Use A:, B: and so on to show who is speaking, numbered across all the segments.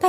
A: 大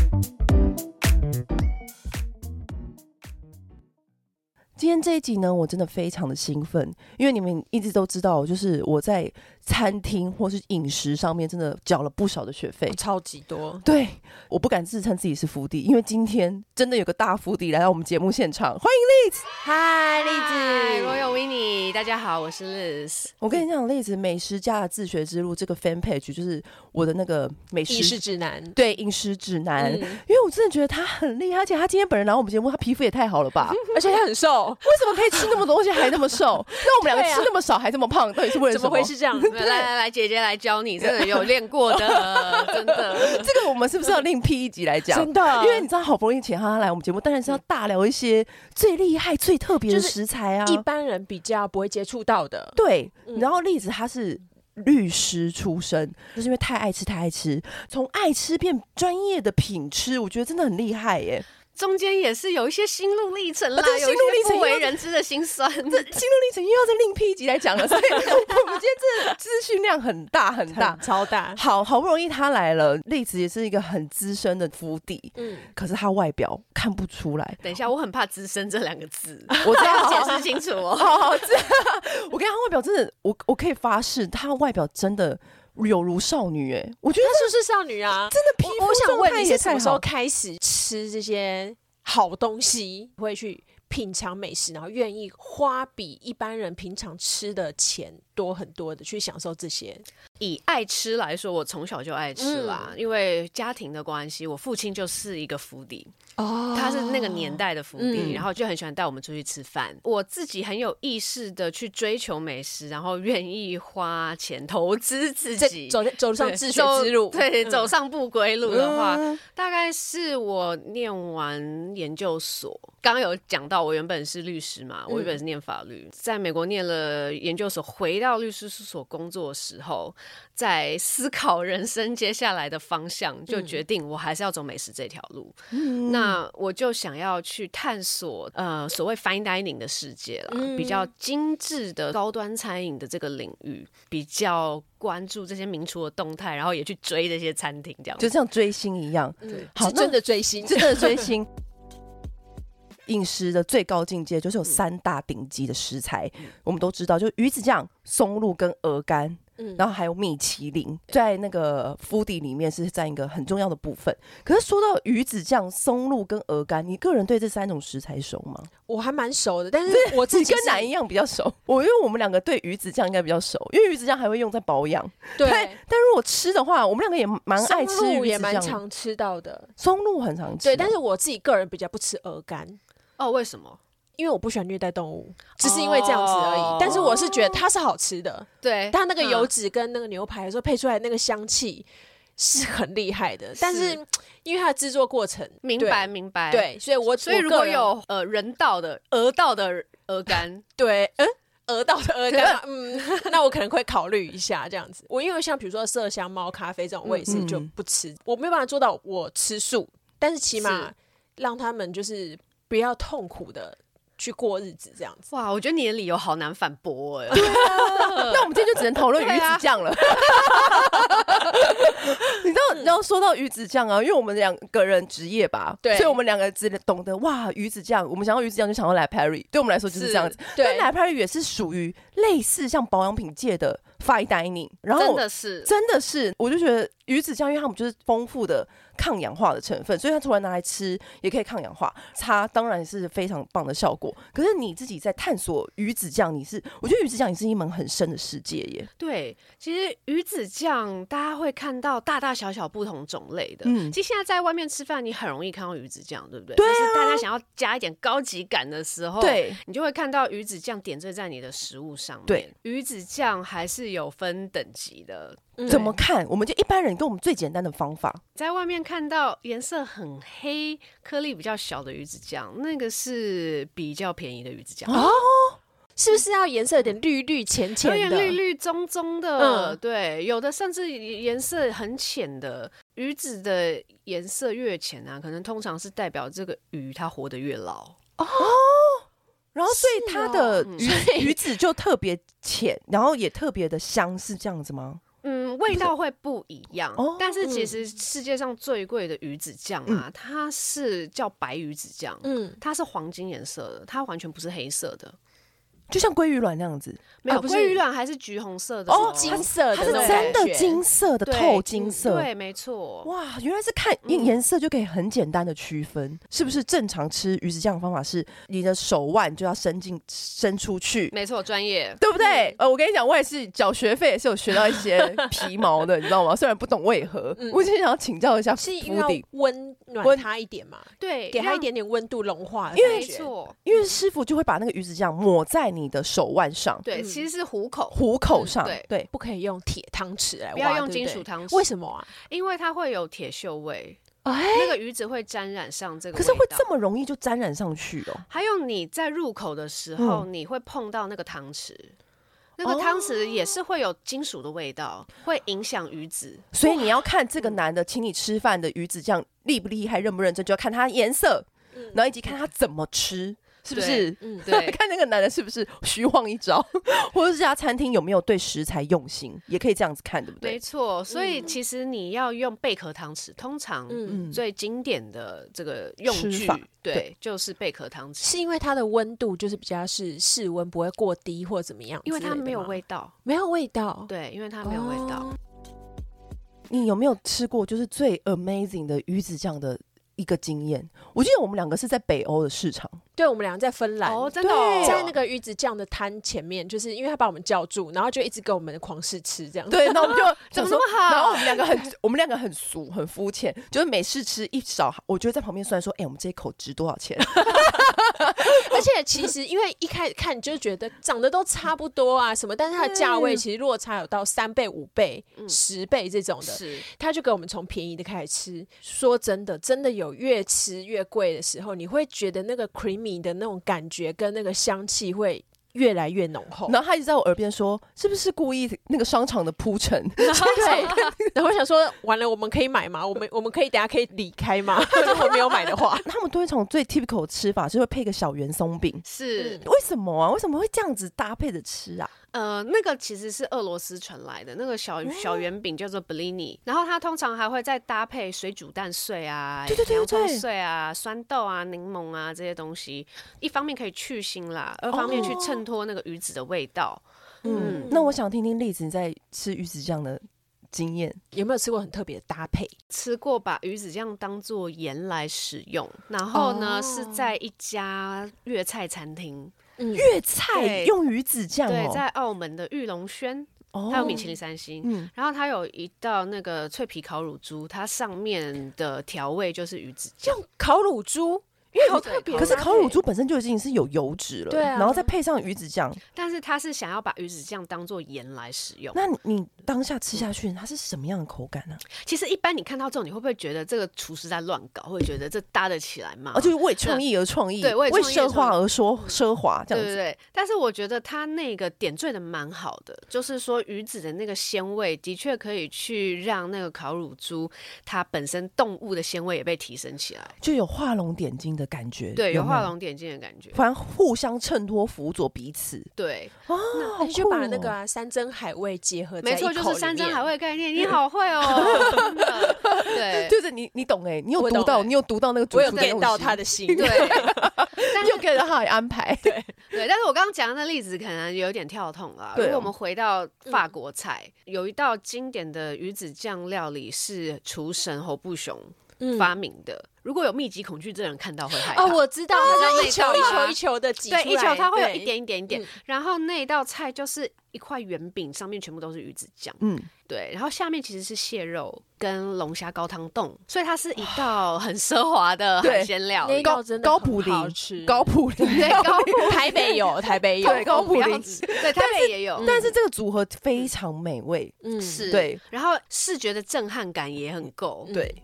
A: 今天这一集呢，我真的非常的兴奋，因为你们一直都知道，就是我在餐厅或是饮食上面真的缴了不少的学费。
B: 超级多，
A: 对，我不敢自称自己是福弟，因为今天真的有个大福弟来到我们节目现场，欢迎
B: 嗨，栗
C: 嗨，我
B: 子，
C: 有 w i n n i 大家好，我是 Liz。
A: 我跟你讲，例子美食家的自学之路这个 fan page 就是我的那个美
B: 意识
A: 食
B: 指南。
A: 对饮食指南，
B: 嗯
A: 因为我真的觉得他很厉害，而且他今天本人来我们节目，他皮肤也太好了吧？
B: 而且他很瘦，
A: 为什么可以吃那么多东西还那么瘦？那我们两个
B: 对啊
A: 吃那么少还这么胖，到底是为了
B: 怎
A: 什么？
B: 么会是这样？
C: 来来来，姐姐来教你，真的有练过的，真的。
A: 这个我们是不是要另辟一集来讲？
B: 真的
A: 因为你知道，好不容易请他来我们节目，当然是要大聊一些最厉害、最特别的
B: 就是
A: 食材啊。
B: 一般人比较不会接触到的。
A: 对，
B: 嗯
A: 然后栗子他是律师出身，就是因为太爱吃太爱吃，从爱吃变专业的品吃，我觉得真的很厉害耶。
C: 中间也是有一些心路历程
A: 啊，
C: 啦
A: 对
C: 有一
A: 心路历
C: 些
A: 程
C: 不为人知的辛酸。
A: 这心路历程又要再另辟一集来讲了，所 以我们今天这资讯量很大很大
B: 很。超大，
A: 好好不容易他来了，栗子也是一个很资深的府邸，
B: 嗯，
A: 可是他外表看不出 来。
C: 等一下，我很怕“资深”这两个字，
A: 我知
C: 要
A: 道，
C: 解释清楚哦。
A: 好好这样，我跟他外表真的，我我可以发誓，他外表真的有如少女哎、我觉得
B: 她是不是少女啊？
A: 真的皮
B: 我
A: 肤
B: 我想
A: 状
B: 问
A: 态
B: 你
A: 也
B: 是什
A: 太
B: 么时候
A: 好。
B: 开始吃这些好东西，会去品尝美食，然后愿意花比一般人平常吃的钱多很多的去享受这些？
C: 以爱吃来说，我从小就爱吃啦，因为家庭的关系，我父亲就是一个福迪，
B: 哦
C: 他是那个年代的福
B: 嗯
C: 利，然后就很喜欢带我们出去吃饭。我自己很有意识的去追求美食，然后愿意花钱投资自
B: 这
C: 己。
B: 走走上
C: 对
B: 自学
C: 走
B: 之路，
C: 对，
B: 嗯
C: 走上不归路的话，
A: 嗯
C: 大概是我念完研究所，刚刚有讲到，我原本是律师嘛，我原本是念法律，在美国念了研究所，回到律师事务所工作的时候，在思考人生接下来的方向，就决定我还是要走美食这条路。那我就想要去探索呃所谓 fine dining 的世界啦，比较精致的高端餐饮的这个领域，比较关注这些名厨的动态，然后也去追这些餐厅这样子
A: 就像追星一样，
B: 嗯
A: 好
B: 是
A: 那
B: 真的追星，
A: 真的追星。饮食的最高境界就是有三大顶级的食材，我们都知道，就是鱼子酱、松露跟鹅肝，
B: 嗯
A: 然后还有米其林，在那个府邸里面是占一个很重要的部分。可是说到鱼子酱、松露跟鹅肝，你个人对这三种食材熟吗？
B: 我还蛮熟的，但是我自
A: 你
B: 己
A: 跟
B: 是
A: 哪一样比较熟？我因为我们两个对鱼子酱应该比较熟，因为鱼子酱还会用在保养。但
B: 对。
A: 但如果吃的话，我们两个也蛮爱吃
B: 松露
A: 鱼
B: 也
A: 子
B: 蛮
A: 酱的，
B: 常吃到的，
A: 松露很常吃啊、
B: 对，但是我自己个人比较不吃鹅肝，
C: 哦，为什么？
B: 因为我不喜欢虐待动物，只是因为这样子而已。
C: 哦
B: 但是我是觉得它是好吃的，
C: 对
B: 它那个油
C: 嗯
B: 脂跟那个牛排的时候配出来那个香气是很厉害的，但是因为它的制作过程，
C: 明
B: 对
C: 白明白。，
B: 对，所以我
C: 所以
B: 我
C: 如
B: 个
C: 果
B: 人
C: 有呃人道的、鹅道的鹅肝，
B: 对，嗯。 鹅到的鹅肝嘛，嗯， 那我可能会考虑一下这样子。我因为像比如说麝香猫咖啡这种，我也是
A: 嗯
B: 就不吃，我没有办法做到我吃素，但是起码
C: 是
B: 让他们就是不要痛苦的去过日子这样子。
C: 哇，我觉得你的理由好难反驳哎、
A: 那我们今天就只能讨论鱼
C: 对
A: 子
C: 啊
A: 酱了。 你知
C: 嗯
A: 道，你知道说到鱼子酱啊，因为我们两个人职业吧，
B: 对
A: 所以我们两个只懂得哇鱼子酱，我们想要鱼子酱就想要来 Perry，对我们来说就是这样子。但
B: 对
A: 来 Perry 也是属于类似像保养品界的 fine dining，然后
C: 真的是
A: 真的是，我就觉得鱼子酱，因为它们就是丰富的抗氧化的成分，所以它突然拿来吃也可以抗氧化，擦当然是非常棒的效果。可是你自己在探索鱼子酱，你是我觉得鱼子酱也是一门很深的世界耶。
C: 对。其实鱼子酱大家会看到大大小小不同种类的，
A: 嗯
C: 其实现在在外面吃饭，你很容易看到鱼子酱，对不对？
A: 对啊
C: 但是大家想要加一点高级感的时候，。
A: 对，
C: 你就会看到鱼子酱点缀在你的食物上面。
A: 对，
C: 鱼子酱还是有分等级的，
B: 嗯
A: 怎么看？我们就一般人跟我们最简单的方法，
C: 在外面看到颜色很黑、颗粒比较小的鱼子酱，那个是比较便宜的鱼子酱，
A: 哦
B: 是不是要颜色有点绿绿浅
C: 有
B: 浅
C: 点
B: 的？
C: 绿绿棕棕的，
B: 嗯
C: 对，有的甚至颜色很浅的。鱼子的颜色越浅啊，可能通常是代表这个鱼它活得越老。
A: 然后所以它的鱼、鱼子就特别浅，然后也特别的香，是这样子吗？
C: 嗯，味道会不一样
A: 哦，
C: 但是其
B: 嗯
C: 实世界上最贵的鱼子酱啊，它是叫白鱼子酱，
B: 嗯，
C: 它是黄金颜色的，它完全不是黑色的。
A: 就像鲑鱼卵那样子，
C: 没有，
B: 不是
C: 鲑鱼卵啊还是橘红色的
A: 哦
C: 那种
B: 金色
A: 它
B: 的
A: 是
B: 那种
A: 真
B: 感
A: 的
B: 觉
A: 金色的
C: 对嗯
A: 透金色，
C: 对，没错。
A: 哇，原来是看颜
C: 嗯
A: 颜色就可以很简单的区分，是不是？正常吃鱼子酱的方法是，你的手腕就要伸进伸出去，
C: 没错，专业。
A: 对不对？呃，我跟你讲，我也是缴学费也是有学到一 些皮毛的，你知道吗？虽然不懂为何，
B: 嗯
A: 我就想要请教一下
B: 是因
A: Foodie
B: 为要温暖
A: 温
B: 它一点嘛，
C: 对，
B: 给它
C: 让
B: 一。点点温度融化的
A: 因为
B: 感
C: 没
B: 觉，
C: 错，
A: 因为师傅就会把那个鱼子酱抹在你的手腕上、
C: 对，
B: 嗯
C: 其实是虎口，
A: 虎口上，
C: 嗯对
A: 对，
B: 不可以用铁汤匙来挖，
C: 不要用
B: 对
C: 金
B: 对
C: 属汤匙，
B: 为什么啊？
C: 因为它会有铁锈味，
B: 哎
C: 那个鱼子会沾染上这个
A: 可
C: 味道。
A: 是会这么容易就沾染上去哦。
C: 还有你在入口的时候，
A: 嗯
C: 你会碰到那个汤匙，那
A: 哦
C: 个汤匙也是会有金属的味道，会影响鱼子。
A: 所以你要看这个男的请你吃饭的鱼子酱厉不厉害、认不认真，就要看他颜色，然后以及看他怎么吃，是不是？
B: 嗯，
C: 对
A: 看那个男的是不是虚晃一招， 或者是这家餐厅有没有对食材用心，也可以这样子看，对不
C: 没
A: 对？
C: 错，所以其实你要用贝壳汤匙，通常
B: 嗯，
A: 嗯，
C: 最经典的这个用
A: 吃
C: 具
A: 法，
C: 对
A: 对，
C: 就是贝壳汤匙，
B: 是因为它的温度就是比较是室温不会过低或者怎么样之
C: 因
B: 类
C: 为
B: 的吗，
C: 它没有味道，
B: 没有味道，
C: 对，因为它没有味道
B: 哦。
A: 你有没有吃过就是最 amazing 的鱼子酱的一个经验？我记得我们两个是在北欧的市 场，
B: 对，我们俩在芬兰。
C: 哦，真的哦，
B: 在那个鱼子酱的摊前面，就是因为他把我们叫住，然后就一直给我们狂试吃这样子。
A: 对，那我们就 想
C: 怎么
A: 说
C: 那么好
A: 然后我们两个很，我们两个很俗，很肤浅，就是每次吃一勺，我觉得在旁边算说，哎、我们这一口值多少 钱？
B: 而且其实因为一开始看你就觉得长得都差不多啊什么，但是它的价位其实落差有到三倍、五倍、十倍这种的。
C: 是
B: 他就给我们从便宜的开始吃。说真的，真的有越吃越贵的时候，你会觉得那个 creamy 的那种感觉跟那个香气会越来越浓厚。
A: 然后他一直在我耳边说，是不是故意那个商场的铺陈？
B: 对，然后我想说，完了，我们可以买吗？我们我们可以等下可以离开吗？ 如果没有买的话，
A: 他们都会从最 typical 的吃法，是会配个小圆松饼。
C: 是
B: 嗯，
A: 为什么啊？为什么会这样子搭配着吃啊？
C: 呃，那个其实是俄罗斯传来的那个小小圆饼叫做 blini，然后它通常还会再搭配水煮蛋碎啊、
A: 对对对
C: 洋葱
A: 对
C: 碎啊、酸豆啊、柠檬啊这些东西，一方面可以去腥啦，二方面去衬托那个鱼子的味道。
A: 嗯
B: 嗯，
A: 那我想听听栗子你在吃鱼子酱的经验。
B: 有没有吃过很特别的搭配？
C: 吃过把鱼子酱当做盐来使用，然后呢、
B: 哦
C: 是在一家粤菜餐厅，
B: 嗯，
A: 粤菜
C: 对
A: 用鱼子酱
C: 对，在
A: 哦，
C: 澳门的玉龙轩，
A: 哦
C: 它有米其林三星。
A: 嗯，
C: 然后它有一道那个脆皮烤乳猪，它上面的调味就是鱼子酱，
B: 用烤乳猪，
C: 因
B: 好特别啊
A: 可是烤乳猪本身就已经是有油脂了，
B: 对啊
A: 然后再配上鱼子酱，
C: 但是它是想要把鱼子酱当做盐来使用。
A: 那你你当下吃下去，它是什么样的口感啊呢、
C: 其实一般你看到这种，你会不会觉得这个厨师在乱搞？会觉得这搭得起来吗？
A: 啊，就是为创意而创意，
C: 对为创意而
A: 奢华
C: 创
A: 而说奢华这
C: 对
A: 样子。
C: 对对，但是我觉得它那个点缀的蛮好的，就是说鱼子的那个鲜味的确可以去让那个烤乳猪它本身动物的鲜味也被提升起来，
A: 就有画龙点睛的感觉，
C: 对，有
A: 没
C: 画龙点睛的感觉。
A: 反正互相衬托、辅佐彼此。
C: 对，
A: 哦，好
B: 你就把
A: 酷
B: 那个
A: 哦
B: 啊山珍海味结合呃在
C: 没
B: 一口
C: 错，
B: 里面，
C: 就是山珍海味 概念，你好会哦，真的，对
A: 对对，你你懂哎、你有
B: 我
A: 读
B: 懂
A: 到，
B: 欸
A: 你有读到那个主
B: 我有
A: 厨的
B: get
A: 用
B: 到
A: 心
B: 他，的心。
C: 对，但
A: 你
C: 是
A: 有 get 到他的安排。对，
C: 对，但是我刚刚讲的那例子可能有点跳痛啊。
A: 对
C: 如
A: 哦
C: 果我们回到法国菜，有一道经典的鱼子酱料理是厨神侯布雄
B: 嗯
C: 发明的。如果有密集恐惧症的人看到会害怕。
B: 哦，我知道，
C: 那
B: 它
C: 味
B: 是一球
C: 道
B: 一
C: 啊
B: 球一球的挤出
C: 对，
B: 来，
C: 一球它会有
B: 对
C: 一点一点一点
B: 嗯，
C: 然后那道菜就是一块圆饼，上面全部都是鱼子酱，
A: 嗯，
C: 对，然后下面其实是蟹肉跟龙虾高汤冻，所以它是一道很奢华的
A: 对
C: 海鲜料
B: 那
C: 理
B: 一。
A: 高
B: 道真的
A: 高
B: 很
A: 普
B: 好
A: 林
B: 吃
A: 高普 林，
C: 对，高
B: 台北有， 台北有，
A: 对高普
C: 不要
A: 林
C: 吃对，台北也有，
A: 但是这个组合非常美味。
B: 嗯，
C: 是，
A: 对，
C: 然后视觉的震撼感也很够。
B: 嗯
A: 对，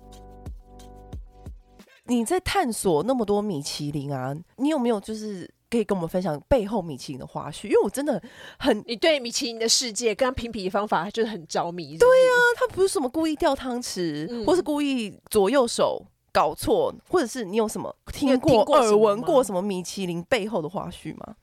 A: 你在探索那么多米其林啊，你有没有就是可以跟我们分享背后米其林的花絮？因为我真的很
B: 你对米其林的世界跟它评比的方法就是很着迷，对呀，啊
A: 他不是什么故意掉汤匙，
B: 嗯
A: 或是故意左右手搞错，或者是你有什么
B: 有
A: 听
B: 听
A: 过、
B: 过什
A: 耳
B: 么
A: 闻
B: 吗
A: 过什么米其林背后的花絮吗？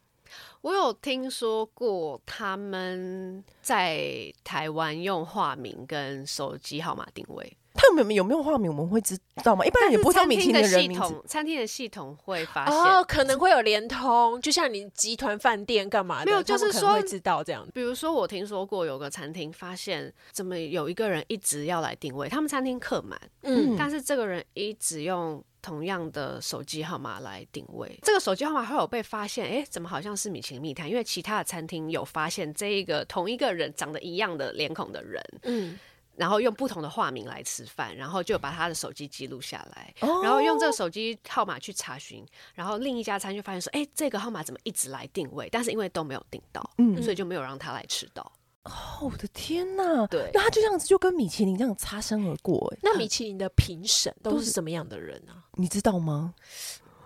C: 我有听说过他们在台湾用化名跟手机号码定位，
A: 他们有没有有没有化名，我们会知道吗？一般人也不会知道米其林
C: 但是餐
A: 人
C: 厅
A: 名
C: 的系
A: 字。
C: 统，餐厅的系统会发现。
B: 哦，可能会有联通，就像你集团饭店干嘛的，
C: 没有
B: 他
C: 就是
B: 们可能
C: 说
B: 会知道这样。
C: 比如说，我听说过有个餐厅发现，怎么有一个人一直要来定位，他们餐厅客满，
A: 嗯
B: 嗯，
C: 但是这个人一直用同样的手机号码来定位，这个手机号码后来有被发现，诶，怎么好像是米其林密探？因为其他的餐厅有发现这一个同一个人长得一样的脸孔的人，
B: 嗯，
C: 然后用不同的化名来吃饭，然后就把他的手机记录下来，
A: 哦
C: 然后用这个手机号码去查询，然后另一家餐厅就发现说，诶，这个号码怎么一直来定位？但是因为都没有定到，
A: 嗯
C: 所以就没有让他来吃到。
A: 哦，我的天呐！
C: 对
A: 那他就这样子就跟米其林这样擦身而过、哎，
B: 那米其林的评审嗯都是什么样的人啊？
A: 你知道吗？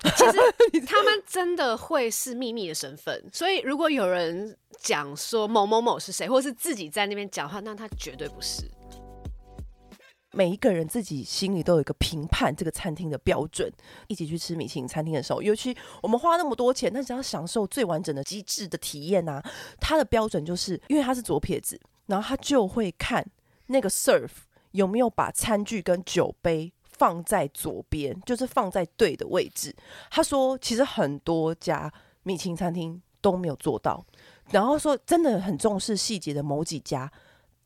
C: 其 实他们真的会是秘密的身份，所以如果有人讲说某某某是谁，或是自己在那边讲话，那他绝对不是。
A: 每一个人自己心里都有一个评判这个餐厅的标准。一起去吃米其林餐厅的时候，尤其我们花那么多钱，但是要享受最完整的、极致的体验啊，他的标准就是因为他是左撇子，然后他就会看那个 serve 有没有把餐具跟酒杯。放在左边，就是放在对的位置。他说，其实很多家米其林餐厅都没有做到，然后说真的很重视细节的某几家，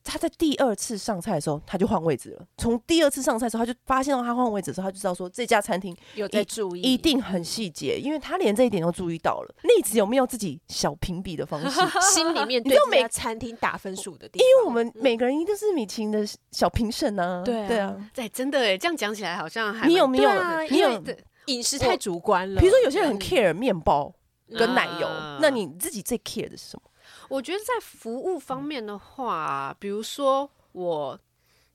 A: 他在第二次上菜的时候，他就换位置了。从第二次上菜的时候，他就发现到他换位置的时候，他就知道说这家餐厅
B: 有在注意？
A: 一 定很细节，因为他连这一点都注意到了。栗子有没有自己小评比的方式？因
B: 心里面
A: 你
B: 对
A: 知道
B: 这
A: 每
B: 家餐厅打分数的地方，因嗯
A: 为我们每个人一定是米其林的小评审啊，
B: 对啊
A: 对啊。
C: 对，真的哎，这样讲起来好像还
A: 你
C: 蛮
A: 有没有
C: 对啊
A: 你
C: 因为
A: 有
C: 对
B: 饮食太主观了。
A: 比如说有些人很
B: 嗯
A: care 面包跟奶油，
C: 啊
A: 那你自己最 care 的是什么？
C: 我觉得在服务方面的话，比如说我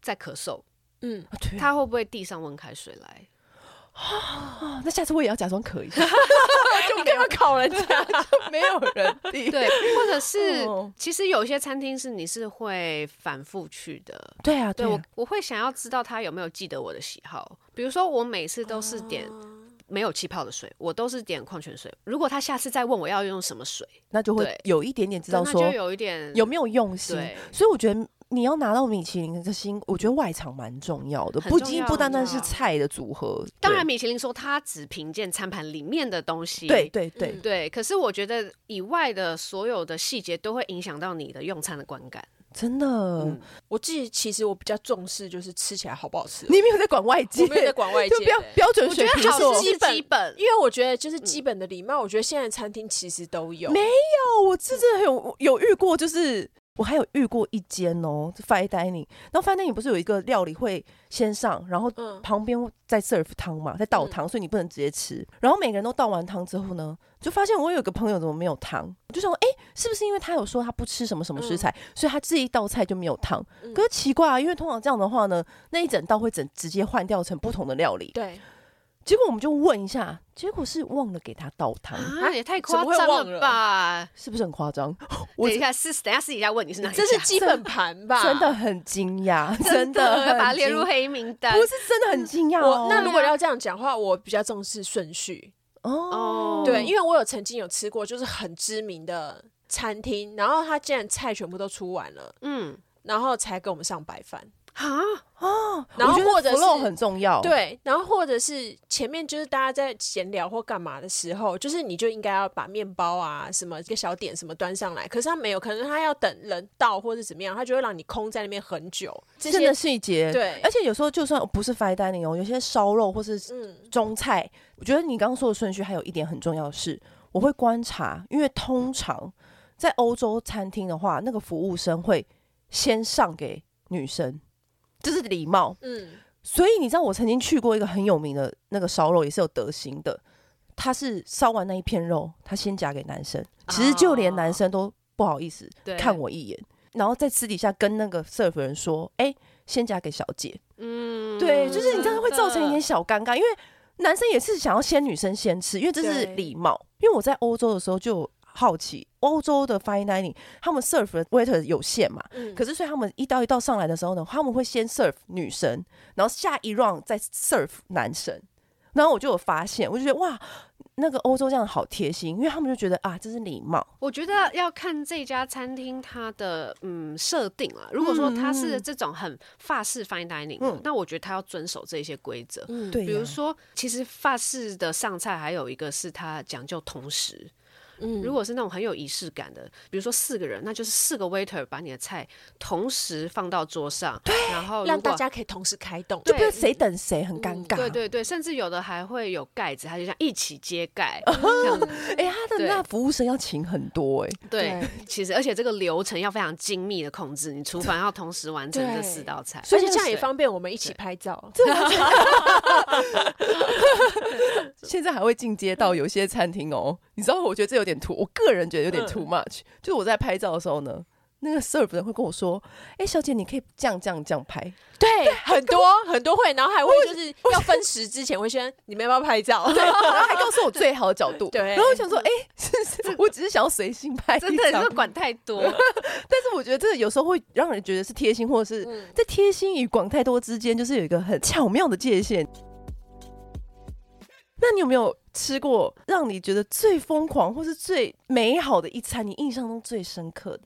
C: 在咳嗽，
B: 嗯，
A: 啊对啊，
C: 他会不会递上温开水 来？
A: 啊那下次我也要假装咳 一下，
B: 就不要考人家。
A: 没有人听。
C: 对，或者是
A: 哦
C: 其实有一些餐厅是你是会反复去的，
A: 对啊，对
C: 对我
A: 啊，
C: 我会想要知道他有没有记得我的喜好，比如说我每次都是点
B: 啊
C: 没有气泡的水，我都是点矿泉水。如果他下次再问我要用什么水，
A: 那就会
C: 对
A: 有一点点知道
C: 那
A: 说
C: 就有一点
A: 有没有用心。
C: 对
A: 所以我觉得你要拿到米其林的心，我觉得外场蛮重要的，
C: 很
A: 不
C: 重
A: 仅
C: 要
A: 不单单是
C: 啊
A: 菜的组合，
C: 当然，米其林说他只评鉴餐盘里面的东西，
A: 对对对对，
B: 嗯
C: 对。可是我觉得以外的所有的细节都会影响到你的用餐的观感。
A: 真的，
C: 嗯
B: 我自己其实我比较重视，就是吃起来好不好吃。
A: 你没有在管外界，
B: 我没有在管外
A: 就
B: 界
A: 标
B: 的
A: 标准
C: 我觉
A: 水
C: 得
A: 平
C: 好
A: 说
C: 吃是
B: 基本
C: 基本，
B: 因为我觉得就是基本的礼貌，我觉得现在餐厅其实都
A: 嗯
B: 有。
A: 没哦，我是真的有有遇过，就是我还有遇过一间哦，fine dining，然后 fine dining 不是有一个料理会先上，然后
B: 嗯，
A: 旁边在 serve 汤嘛，在倒汤，所以你不能直接吃。然后每个人都倒完汤之后呢，就发现我有个朋友怎么没有汤，我就想说，哎、是不是因为他有说他不吃什么什么食材，所以他这一道菜就没有汤？
B: 嗯
A: 可是奇怪啊，因为通常这样的话呢，那一整道会整直接换掉成不同的料理。
B: 对，
A: 结果我们就问一下，结果是忘了给他倒汤，
C: 啊，也太
B: 怎么
C: 夸
B: 会
C: 张
B: 忘
C: 了
B: 了
C: 吧！
A: 是不是很夸张？我
C: 等一下是等一下私底下问你是哪一家，
B: 这是基本盘吧？
A: 真的。很惊讶，真的
C: 要
A: 很
C: 把它列入
A: 惊
C: 黑名单
A: 不。是真的很惊讶哦
B: 嗯我。那如果要这样讲话，我比较重视顺序。
A: 哦，
B: 对，因为我有曾经有吃过，就是很知名的餐厅，然后他竟然菜全部都出完了，
C: 嗯，
B: 然后才给我们上白饭。
C: 啊，
B: 然后
A: 我觉得
B: 或者
A: flow
B: 是
A: 很重要，
B: 对，然后或者是前面就是大家在闲聊或干嘛的时候，就是你就应该要把面包啊什么一个小点什么端上来，可是他没有，可能他要等人到或者怎么样，他就会让你空在那边很久。这
A: 真的
B: 些
A: 细节。
B: 对
A: 而，且有时候就算不是 fine dining 哦，有些烧肉或是
B: 嗯，
A: 中菜，我觉得你刚刚说的顺序还有一点很重要的是，我会观察，因为通常在欧洲餐厅的话，那个服务生会先上给女生，这是礼貌。
B: 嗯，
A: 所以你知道，我曾经去过一个很有名的那个烧肉，也是有德行的，他是烧完那一片肉，他先夹给男生，其实就连
B: 啊
A: 男生都不好意思
C: 对
A: 看我一眼，然后在私底下跟那个 serve 人说：“哎、先夹给小姐。”
C: 嗯
A: 对，就是你这样会造成一点
C: 真的
A: 小尴尬，因为男生也是想要先女生先吃，因为这是
B: 对
A: 礼貌。因为我在欧洲的时候就有好奇，欧洲的 fine dining，他们 serve 的 waiter 有限嘛，
B: 嗯
A: 可是所以他们一道一道上来的时候呢，他们会先 serve 女生，然后下一 round 再 serve 男生。然后我就有发现，我就觉得哇，那个欧洲这样好贴心，因为他们就觉得啊，这是礼貌。
C: 我觉得要看这家餐厅它的嗯设定啊。如果说它是这种很法式 fine dining，、
A: 嗯
C: 那我觉得它要遵守这些规则。
B: 嗯，
A: 对呀、
C: 比如说，其实法式的上菜还有一个是它讲究同时。
B: 嗯
C: 如果是那种很有仪式感的，比如说四个人，那就是四个 waiter 把你的菜同时放到桌上，然后如
B: 让大
C: 果
B: 家可以同时开动，
A: 就不知道谁等谁，很尴尬。
C: 嗯对对对，甚至有的还会有盖子，它就像一起揭盖这样子。
A: 哎、他的
C: 对
A: 那服务生要请很多哎、
C: 对
B: 对，
C: 其实而且这个流程要非常精密的控制，你厨房要同时完成这
B: 对
C: 四道菜。
A: 所
B: 所
A: 以
B: 以
A: 那
B: 这样也
A: 谁
B: 方便我们一起拍照。
A: 现在还会进阶
C: 嗯
A: 到有些餐厅哦。你知道，我觉得这有点 too，我个人觉得有
C: 嗯
A: 点 too much、就是我在拍照的时候呢，那个 serve 人会跟我说：“哎、小姐，你可以这样这样这样拍。
B: 对，很多很多会，然后还会就是要分食之前会先，你们要不要拍照？
A: 对，然后还告诉我最好的角度。
B: 对
A: 然后我想说，哎、是是，我只是想要随性拍一张，
C: 真的是管太 多，
A: 但是我觉得这个有时候会让人觉得是贴心，或者是
B: 嗯
A: 在贴心与管太多之间，就是有一个很巧妙的界限。那你有没有吃过让你觉得最疯狂或是最美好的一餐？你印象中最深刻的？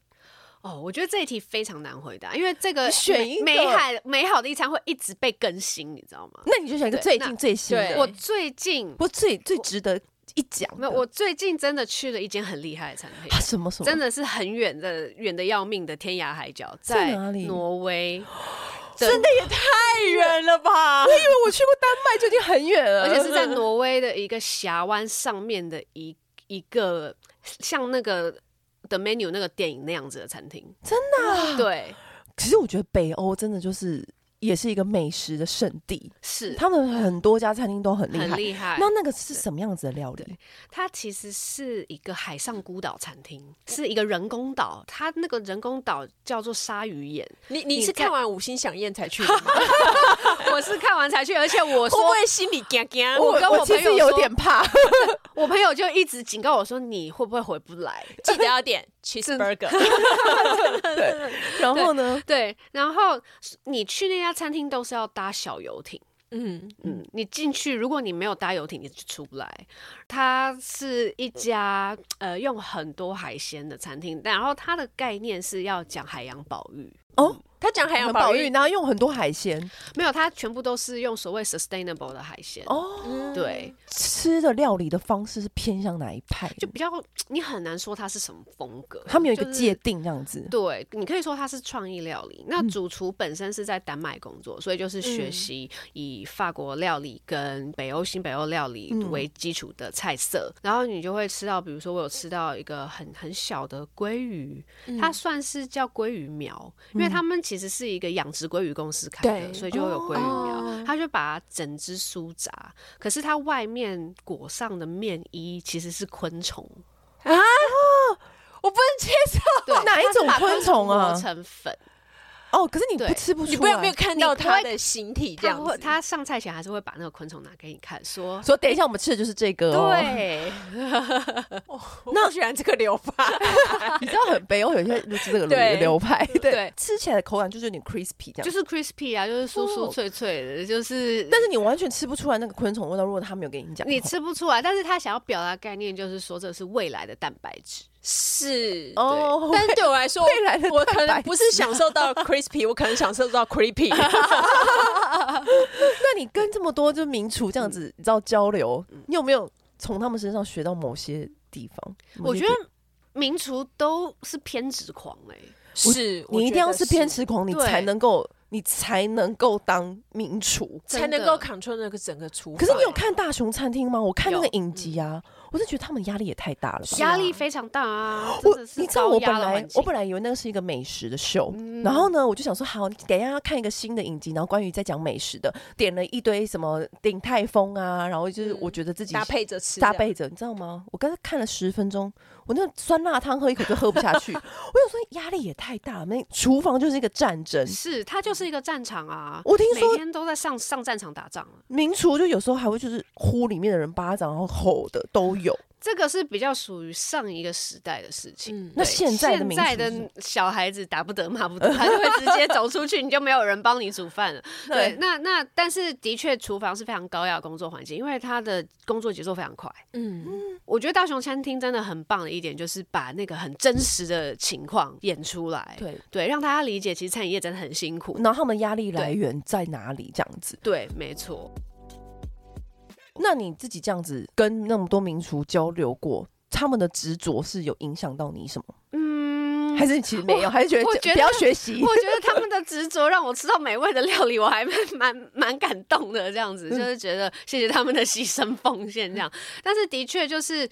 C: 哦，我觉得这一题非常难回答，因为这个
A: 你选
C: 美
A: 一个
C: 美好美好的一餐会一直被更新，你知道吗？
A: 那你就选一个
C: 对
A: 最
C: 那
A: 近最新的，
B: 对
C: 我最近
A: 不最最值得一讲的。
C: 没有，我最近真的去了一间很厉害的餐厅
A: 啊，什么什么
C: 真的是很远的远的要命的天涯海角，
A: 在
C: 在
A: 哪里
C: 挪 威，
A: 真的也太远了吧！我以为我去过丹麦就已经很远了，
C: 而且是在挪威的一个峡湾上面的一一个像那个的 menu 那个电影那样子的餐厅，
A: 真的啊、
C: 对，
A: 其实我觉得北欧真的就是也是一个美食的圣地，
C: 是
A: 他们很多家餐厅都很厉
C: 很
A: 害。
C: 厉害。
A: 那那个是什么样子的料理？
C: 它其实是一个海上孤岛餐厅，是一个人工岛，它那个人工岛叫做鲨鱼 眼，
B: 你你
C: 你
B: 是
C: 在
B: 看完五星响宴才去的吗？
A: 哦
C: 我是看完才去，而且我
B: 会不
C: 说
B: 会心里惊惊？
C: 我跟我
A: 其
C: 朋友
A: 实有
C: 说
A: 点 怕，
C: 我朋友就一直警告我说你会不会回不来。
B: 记得 要点 cheeseburger。
A: 对。然后呢？
C: 对，然后你去那家餐厅都是要搭小游艇，
B: 嗯，
C: 嗯，你进去，如果你没有搭游艇，你就出不来。它是一家呃用很多海鲜的餐厅，然后它的概念是要讲海洋保育，
A: 哦，
B: 他讲海洋
A: 很
B: 保
A: 宝
B: 育
A: 玉，，然后用很多海鲜
C: 没有，它全部都是用所谓 sustainable 的海鲜。
A: 哦。
B: 嗯，
C: 对，
A: 吃的料理的方式是偏向哪一派的？
C: 就比较你很难说它是什么风格，
A: 他们有一个
C: 就是
A: 界定这样子。
C: 对，你可以说它是创意料理。
A: 嗯
C: 那主厨本身是在丹麦工作，所以就是学习
A: 嗯
C: 以法国料理跟北欧、新北欧料理
A: 嗯
C: 为基础的菜色，然后你就会吃到，比如说我有吃到一个很很小的鲑鱼，
A: 嗯
B: 嗯
C: 它算是叫鲑鱼苗，因为他们其实是一个养殖鲑鱼公司开
B: 对
C: 的，所以就会有鲑鱼苗
B: 哦，
C: 它就把它整只酥炸，可是它外面裹上的面衣其实是昆虫。
A: 哦
B: 我不能接受。
C: 对，
A: 哪一
C: 它是
A: 种
C: 把
A: 昆虫啊
C: 磨成粉，
A: 哦，可是你不
C: 对
A: 吃不
B: 你
A: 出
B: 不
A: 来。
B: 有没有看
C: 你
B: 到
C: 不
B: 他
C: 会
B: 的形体这
C: 他
B: 样
C: 会
B: 子？
C: 他上菜前还是会把那个昆虫拿给你看，说
A: 说等一下我们吃的就是这个哦。，
C: 对，
B: 我不喜欢这个留法。
A: 你知道很北欧有些就是这个
B: 对
A: 流流派，对
C: 对，
A: 吃起来的口感就是有点 crispy 这样哦
C: 就。是 crispy 啊，就是酥酥脆脆的，就是
A: 但是你完全吃不出来那个昆虫味道，如果他没有跟你讲的话，
C: 你吃不出来。但是他想要表达概念就是说这是未来的蛋白质，
B: 是，
A: 哦，
B: 但是对我来 说，
A: 未来的
B: 我可
A: 蛋白
B: 能不是享受到 crispy，我可能享受到 creepy。
A: 那啊你跟这么多就名厨这样子，你知道交流，你有没有从他们身上学到某些地方？
C: 我
A: 某些
C: 觉
A: 点
C: 得。名厨都是偏执狂哎、
B: 是，我
A: 你一定
B: 觉
A: 要
B: 得
A: 是偏执狂，你
C: 对
A: 才能够，你才能够当名厨。
B: 才
C: 真
B: 能
C: 的
B: 够 control 那个整个厨房。
A: 可是你有看大熊餐厅吗？我看那个
C: 有
A: 影集啊，我是觉得他们压力也太大了吧。
C: 压力非常大啊！
A: 哦我
C: 真的是
A: 你知道我
C: 高
A: 本
C: 压的
A: 来
C: 环境
A: 我本来以为那个是一个美食的秀，然后呢，我就想说好，等一下要看一个新的影集，然后关于在讲美食的，点了一堆什么鼎泰丰啊，然后就是
B: 嗯
A: 我觉得自己
B: 搭配着吃，
A: 搭配着，你知道吗？我刚才看了十分钟，我那个酸辣汤喝一口就喝不下去，我 想说压力也太大了，那厨房就是一个战争。
C: 是它就是一个战场啊，
A: 我听
C: 每
A: 说
C: 天都在上上战场打仗啊。
A: 名厨就有时候还会就是呼里面的人巴掌，然后吼的都有。
C: 这个是比较属于上一个时代的事情。
B: 嗯
A: 那
C: 对
A: 现在的
C: 现
A: 民
C: 在
A: 俗
C: 的嗯
A: 是什么
C: 小孩子打不得骂不得，他就会直接走出去，你就没有人帮你煮饭 了。对，那那但是的确，厨房是非常高压的工作环境，因为他的工作节奏非常快。
B: 嗯，
C: 我觉得大雄餐厅真的很棒的一点，就是把那个很真实的情况演出来，
A: 对，嗯
C: 对，让大家理解其实餐饮业真的很辛苦。
A: 然后他们压力来源在哪里？这样子，
C: 对，没错。
A: 那你自己这样子跟那么多名厨交流过，他们的执着是有影响到你什么？
C: 嗯，
A: 还是你其实没有？还是觉得
C: 我
A: 这
C: 觉得
A: 不要学习？
C: 我觉得他们的执着让我吃到美味的料理，我还蛮蛮蛮感动的。这样子
A: 嗯
C: 就是觉得谢谢他们的牺牲奉献这样，但是的确就是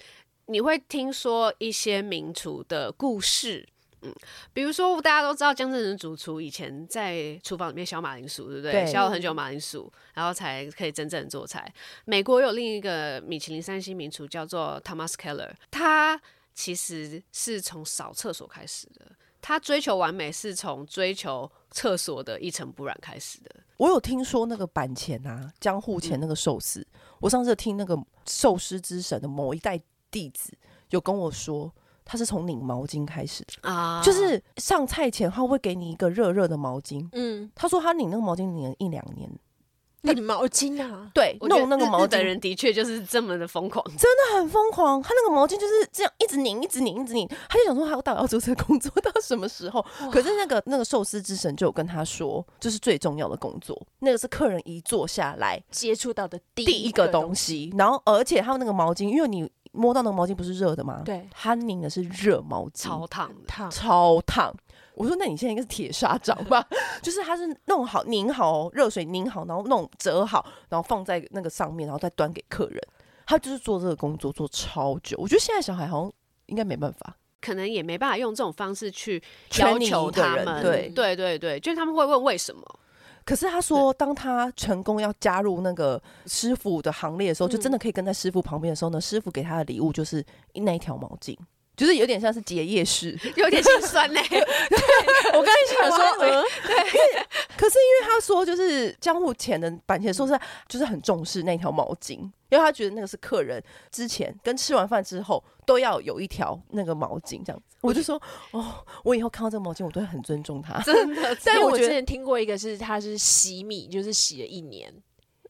C: 你会听说一些名厨的故事。嗯，比如说大家都知道江正仁主厨以前在厨房里面削马铃薯，对不对？
A: 对
C: 削了很久马铃薯，然后才可以真正做菜。美国有另一个米其林三星名厨叫做 Thomas Keller，他其实是从扫厕所开始的。他追求完美是从追求厕所的一尘不染开始的。
A: 我有听说那个板前啊，江户
C: 嗯
A: 前那个寿司，我上次听那个寿司之神的某一代弟子有跟我说，他是从拧毛巾开始的，
C: 啊
A: 就是上菜前他会给你一个热热的毛巾。
B: 嗯，
A: 他说他拧那个毛巾拧了一两年，
B: 领毛巾啊，
A: 对，
C: 我觉得
A: 弄那个
C: 日
A: 毛
C: 日本
A: 巾嗯
C: 人的确就是这么的疯狂。
A: 很疯狂，他那个毛巾就是这样一直拧，一直拧，一直拧。他就想说，他到底要做这个工作 到什么时候？可是那个那个寿司之神就有跟他说，这是最重要的工作，那个是客人一坐下来
B: 接触到的第
A: 第一
B: 个
A: 个东西。然后，呃而且他那个毛巾，因为你摸到那个毛巾不是热的吗？，
B: 对，
A: 他拧的是热毛巾，
C: 超烫的，
B: 烫，
A: 超烫。我说，那你现在应该是铁砂掌吧？就是它是弄好、拧好哦热水拧好，然后弄折好，然后放在那个上面，然后再端给客人。他就是做这个工作做超久，我觉得现在小孩好像应该没办法，
C: 可能也没办法用这种方式去
A: 全
C: 要
A: 你
C: 求
A: 一个
C: 他
A: 人
C: 们。
A: 对。
C: 对对对，就是他们会问为什么。
A: 可是他说，当他成功要加入那个师傅的行列的时候，就真的可以跟在师傅旁边的时候呢，师傅给他的礼物就是那一条毛巾。就是有点像是结业式，
C: 有点心酸 呢、
A: 我刚才想
C: 我
A: 说，
C: 还以为
A: 呃，可是因为他说，就是江户前的板前寿司，就是很重视那条毛巾，因为他觉得那个是客人之前跟吃完饭之后都要有一条那个毛巾这样子。我就说，哦，我以后看到这个毛巾，我都会很尊重它。
C: 真的。
A: 但
B: 因为
A: 我
B: 我
A: 觉
B: 之
A: 得
B: 前听过一个是，他是洗米，就是洗了一年，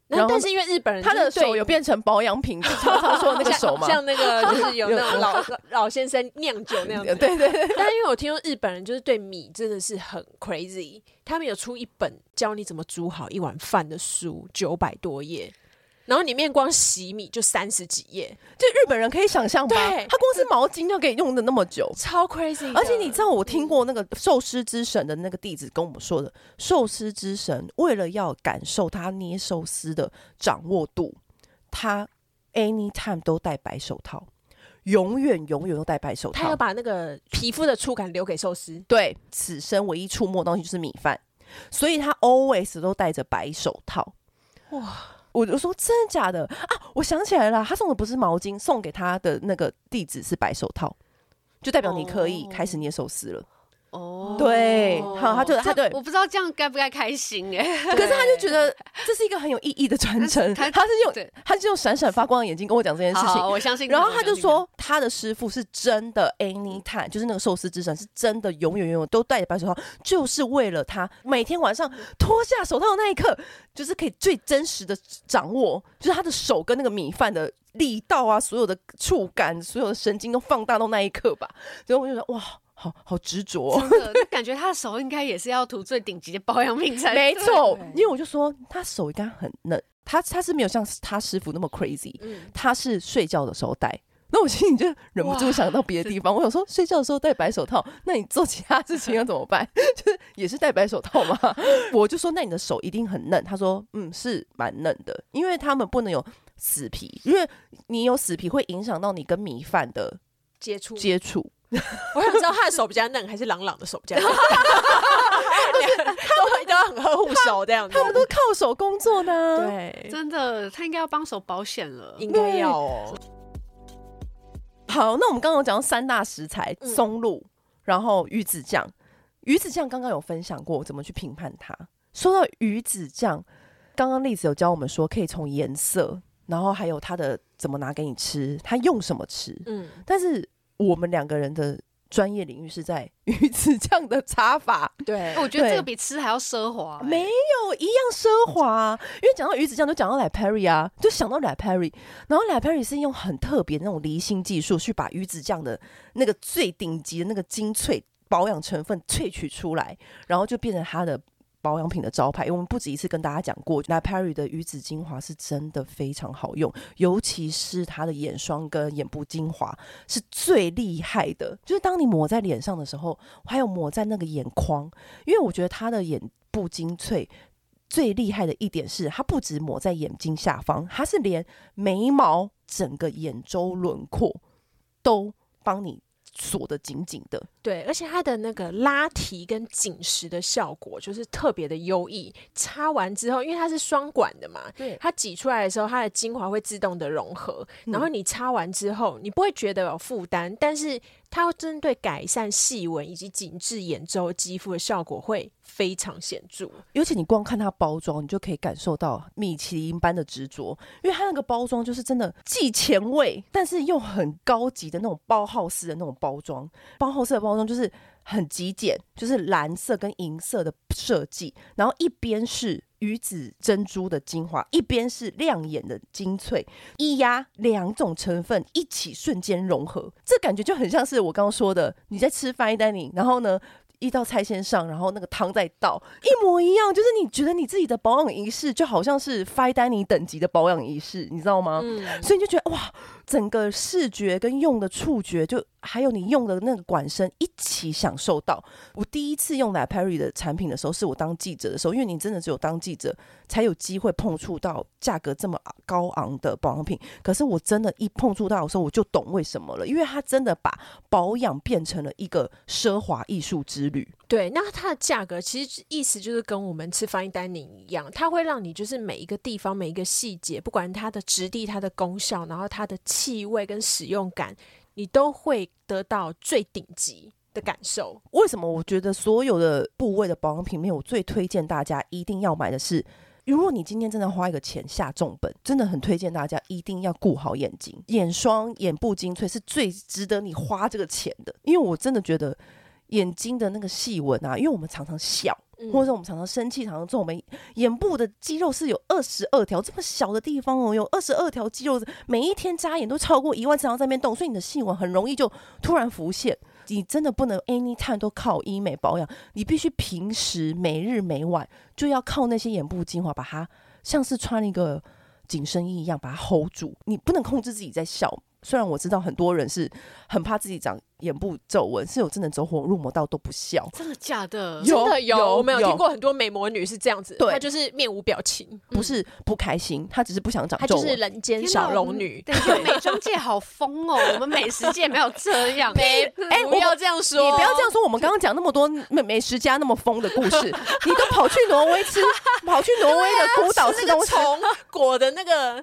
A: 然
B: 那
A: 后
B: 但是因为日本人
A: 他的
B: 就是对
A: 手有变成保养品，就常常说的那个手嘛，
B: 像 那个就是有那
A: 有
B: 种老 老先生酿酒那样
A: 对
B: 子。
A: 对对，
B: 但因为我听说日本人就是对米真的是很 crazy，他们有出一本教你怎么煮好一碗饭的书，九百多页。然后里面光洗米就三十几页，
A: 就日本人可以想象吧，
B: 对
A: 他光是毛巾就可以用的那么久。
B: 超 crazy 的。嗯
A: 而且你知道，我听过那个寿司之神的那个弟子跟我们说的，寿司之神为了要感受他捏寿司的掌握度，他 anytime 都戴白手套，永远永远都戴白手
B: 他
A: 套
B: 要。把那个皮肤的触感留给寿司，
A: 对，此生唯一触摸的东西就是米饭，所以他 always 都戴着白手套。
B: 哇！
A: 我就说真的假的啊！我想起来了，他送的不是毛巾，送给他的那个弟子是白手套，就代表你可以
C: 哦
A: 开始捏寿司了。
C: 哦
A: 对好他就
C: 这
A: 他对
C: 我不知道这样该不该开心哎、
A: 可是他就觉得这是一个很有意义的传承，
C: 他
A: 嗯他
C: 他
A: 是用
C: 对
A: 他是用闪闪发光的眼睛跟我讲这件事
C: 好好，
A: 情。
C: 我相信他。
A: 然后他
C: 我
A: 就
C: 相信
A: 说，他的师傅是真的 anytime，就是那个寿司之神是真的永远永远都戴着白手套，就是为了他每天晚上脱下手套的那一刻，就是可以最真实的掌握，就是他的手跟那个米饭的力道啊，所有的触感，所有的神经都放大到那一刻吧。所以我就觉得哇，好好执着、哦。
C: 他真的，那感觉他的手应该也是要涂最顶级的保养品才
A: 没
C: 对
A: 错
B: 对，
A: 因为我就说他手应该很嫩，他他是没有像他师傅那么 crazy，
B: 嗯，
A: 他是睡觉的时候戴。那我心里就忍不住
B: 哇
A: 想到别的地方，我想说睡觉的时候戴白手套，那你做其他事情要怎么办？ 就是也是戴白手套吗？ 我就说那你的手一定很嫩，他说嗯是蛮嫩的，因为他们不能有死皮，因为你有死皮会影响到你跟米饭的
B: 接触。
A: 接触。
B: 我想知道他的手比较嫩，还是朗朗的手比 较嫩？他们都很呵护手这样子
A: 他，们都靠手工啊作呢，
B: 对，
C: 真的，他应该要帮手保险了。
B: 应该要哦。
A: 好，那我们刚刚有讲到三大食材：
B: 嗯
A: 松露，然后鱼子酱。鱼子酱刚刚有分享过我怎么去评判它。说到鱼子酱，刚刚栗子有教我们说，可以从颜色，然后还有他的怎么拿给你吃，他用什么吃。
B: 嗯，
A: 但是我们两个人的专业领域是在鱼子酱的茶法，
B: 对，
C: 我觉得这
A: 对
C: 个比吃还要奢华、欸
A: 没有一样奢华啊、因为讲到鱼子酱，就讲到奶 Perry 啊，就想到奶 Perry，然后奶 Perry 是用很特别的那种离心技术去把鱼子酱的那个最顶级的那个精粹保养成分萃取出来，然后就变成它的。保养品的招牌，因为我们不止一次跟大家讲过，奶 Perry 的鱼子精华是真的非常好用，尤其是它的眼霜跟眼部精华是最厉害的。就是当你抹在脸上的时候，还有抹在那个眼眶，因为我觉得它的眼部精粹最厉害的一点是，它不止抹在眼睛下方，它是连眉毛、整个眼周轮廓都帮你锁得紧紧的。
B: 对，而且它的那个拉提跟紧实的效果就是特别的优异。擦完之后，因为它是双管的嘛，
A: 对
B: 它挤出来的时候，它的精华会自动的融合，然后你擦完之后，你不会觉得有负担，但是它会针对改善细纹以及紧致眼周肌肤的效果会非常显著。
A: 尤其你光看它包装，你就可以感受到米其林般的执着，因为它那个包装就是真的既前卫，但是又很高级的那种包号式的那种包装。包号式的包装就是很极简，就是蓝色跟银色的设计，然后一边是鱼子珍珠的精华，一边是亮眼的精粹，一压两种成分一起瞬间融合，这感觉就很像是我刚刚说的，你在吃 fine dining，然后呢，一道菜先上，然后那个汤再倒，一模一样。就是你觉得你自己的保养仪式就好像是 fine dining 等级的保养仪式，你知道吗？
B: 嗯，
A: 所以你就觉得哇，整个视觉跟用的触觉，就还有你用的那个管身一起享受到。我第一次用 La Perry 的产品的时候，是我当记者的时候，因为你真的只有当记者才有机会碰触到价格这么高昂的保养品。可是我真的，一碰触到的时候，我就懂为什么了，因为它真的把保养变成了一个奢华艺术之旅。
B: 对，那它的价格其实意思就是跟我们吃 fine dining 一样，它会让你就是每一个地方每一个细节，不管它的质地、它的功效，然后它的气味跟使用感，你都会得到最顶级的感受。
A: 为什么我觉得所有的部位的保养品里面，我最推荐大家一定要买的是，如果你今天真的花一个钱下重本，真的很推荐大家一定要顾好眼睛，眼霜、眼部精粹是最值得你花这个钱的，因为我真的觉得眼睛的那个细纹啊，因为我们常常笑。
B: 嗯
A: 或者我们常常生气，常常皱眉，眼部的肌肉是有二十二条，这么小的地方哦，有二十二条肌肉，每一天眨眼都超过一万次，然后在那边动，所以你的细纹很容易就突然浮现。你真的不能 anytime 都靠医美保养，你必须平时每日每晚就要靠那些眼部精华把它像是穿了一个紧身衣一样把它 hold 住，你不能控制自己在笑。虽然我知道很多人是很怕自己长眼部皱纹，是有真的走火入魔到都不笑，
C: 真的假的？
A: 有
B: 真的有，
A: 有
B: 我们有
A: 有
B: 听过很多美魔女是这样子，
A: 对
B: 她就是面无表情，
A: 不是不开心，他只是不想长
B: 她
A: 皱
B: 嗯就是
A: 纹。
B: 人间
C: 天哪
B: 小龙女。
C: 我们等一下，美妆界好疯哦，我们美食界没有这 样。
A: 哎
B: 不
A: 我
B: 要这样说，
A: 你不要这 样说，我们刚刚讲那么多美美食家那么疯的故事，你都跑去挪威吃，跑去挪威的孤岛
B: 啊吃
A: 吃
B: 那
A: 东
B: 个
A: 西，
B: 虫果的 那个，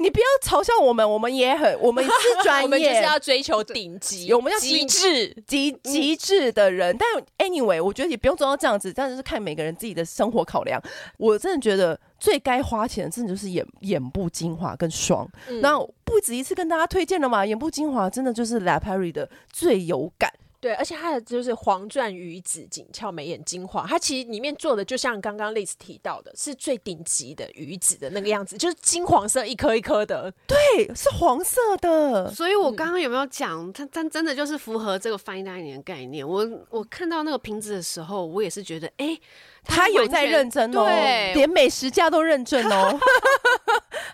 A: 你不要嘲笑我们，我们也很，我们 是专业，
B: 我们就是要嗯追求顶级，
A: 我们要
B: 极致。
A: 极极致的人，但 anyway，我觉得也不用做到这样子，但是看每个人自己的生活考量。我真的觉得最该花钱的，真的就是眼眼部精华跟霜。
B: 嗯
A: 那、不止一次跟大家推荐了嘛，眼部精华真的就是 La Prairie 的最有感。
B: 对，而且它的就是黄钻鱼子紧俏眉眼精华，它其实里面做的就像刚刚 Liz 提到的，是最顶级的鱼子的那个样子，就是金黄色一颗一颗的。
A: 对，是黄色的，
C: 所以我刚刚有没有讲？它它真的就是符合这个 fine dining 的概念。我我看到那个瓶子的时候，我也是觉得，哎、
A: 他有
C: 完
A: 在
C: 全
A: 认真哦，
C: 对
A: 连美食家都认真 哦，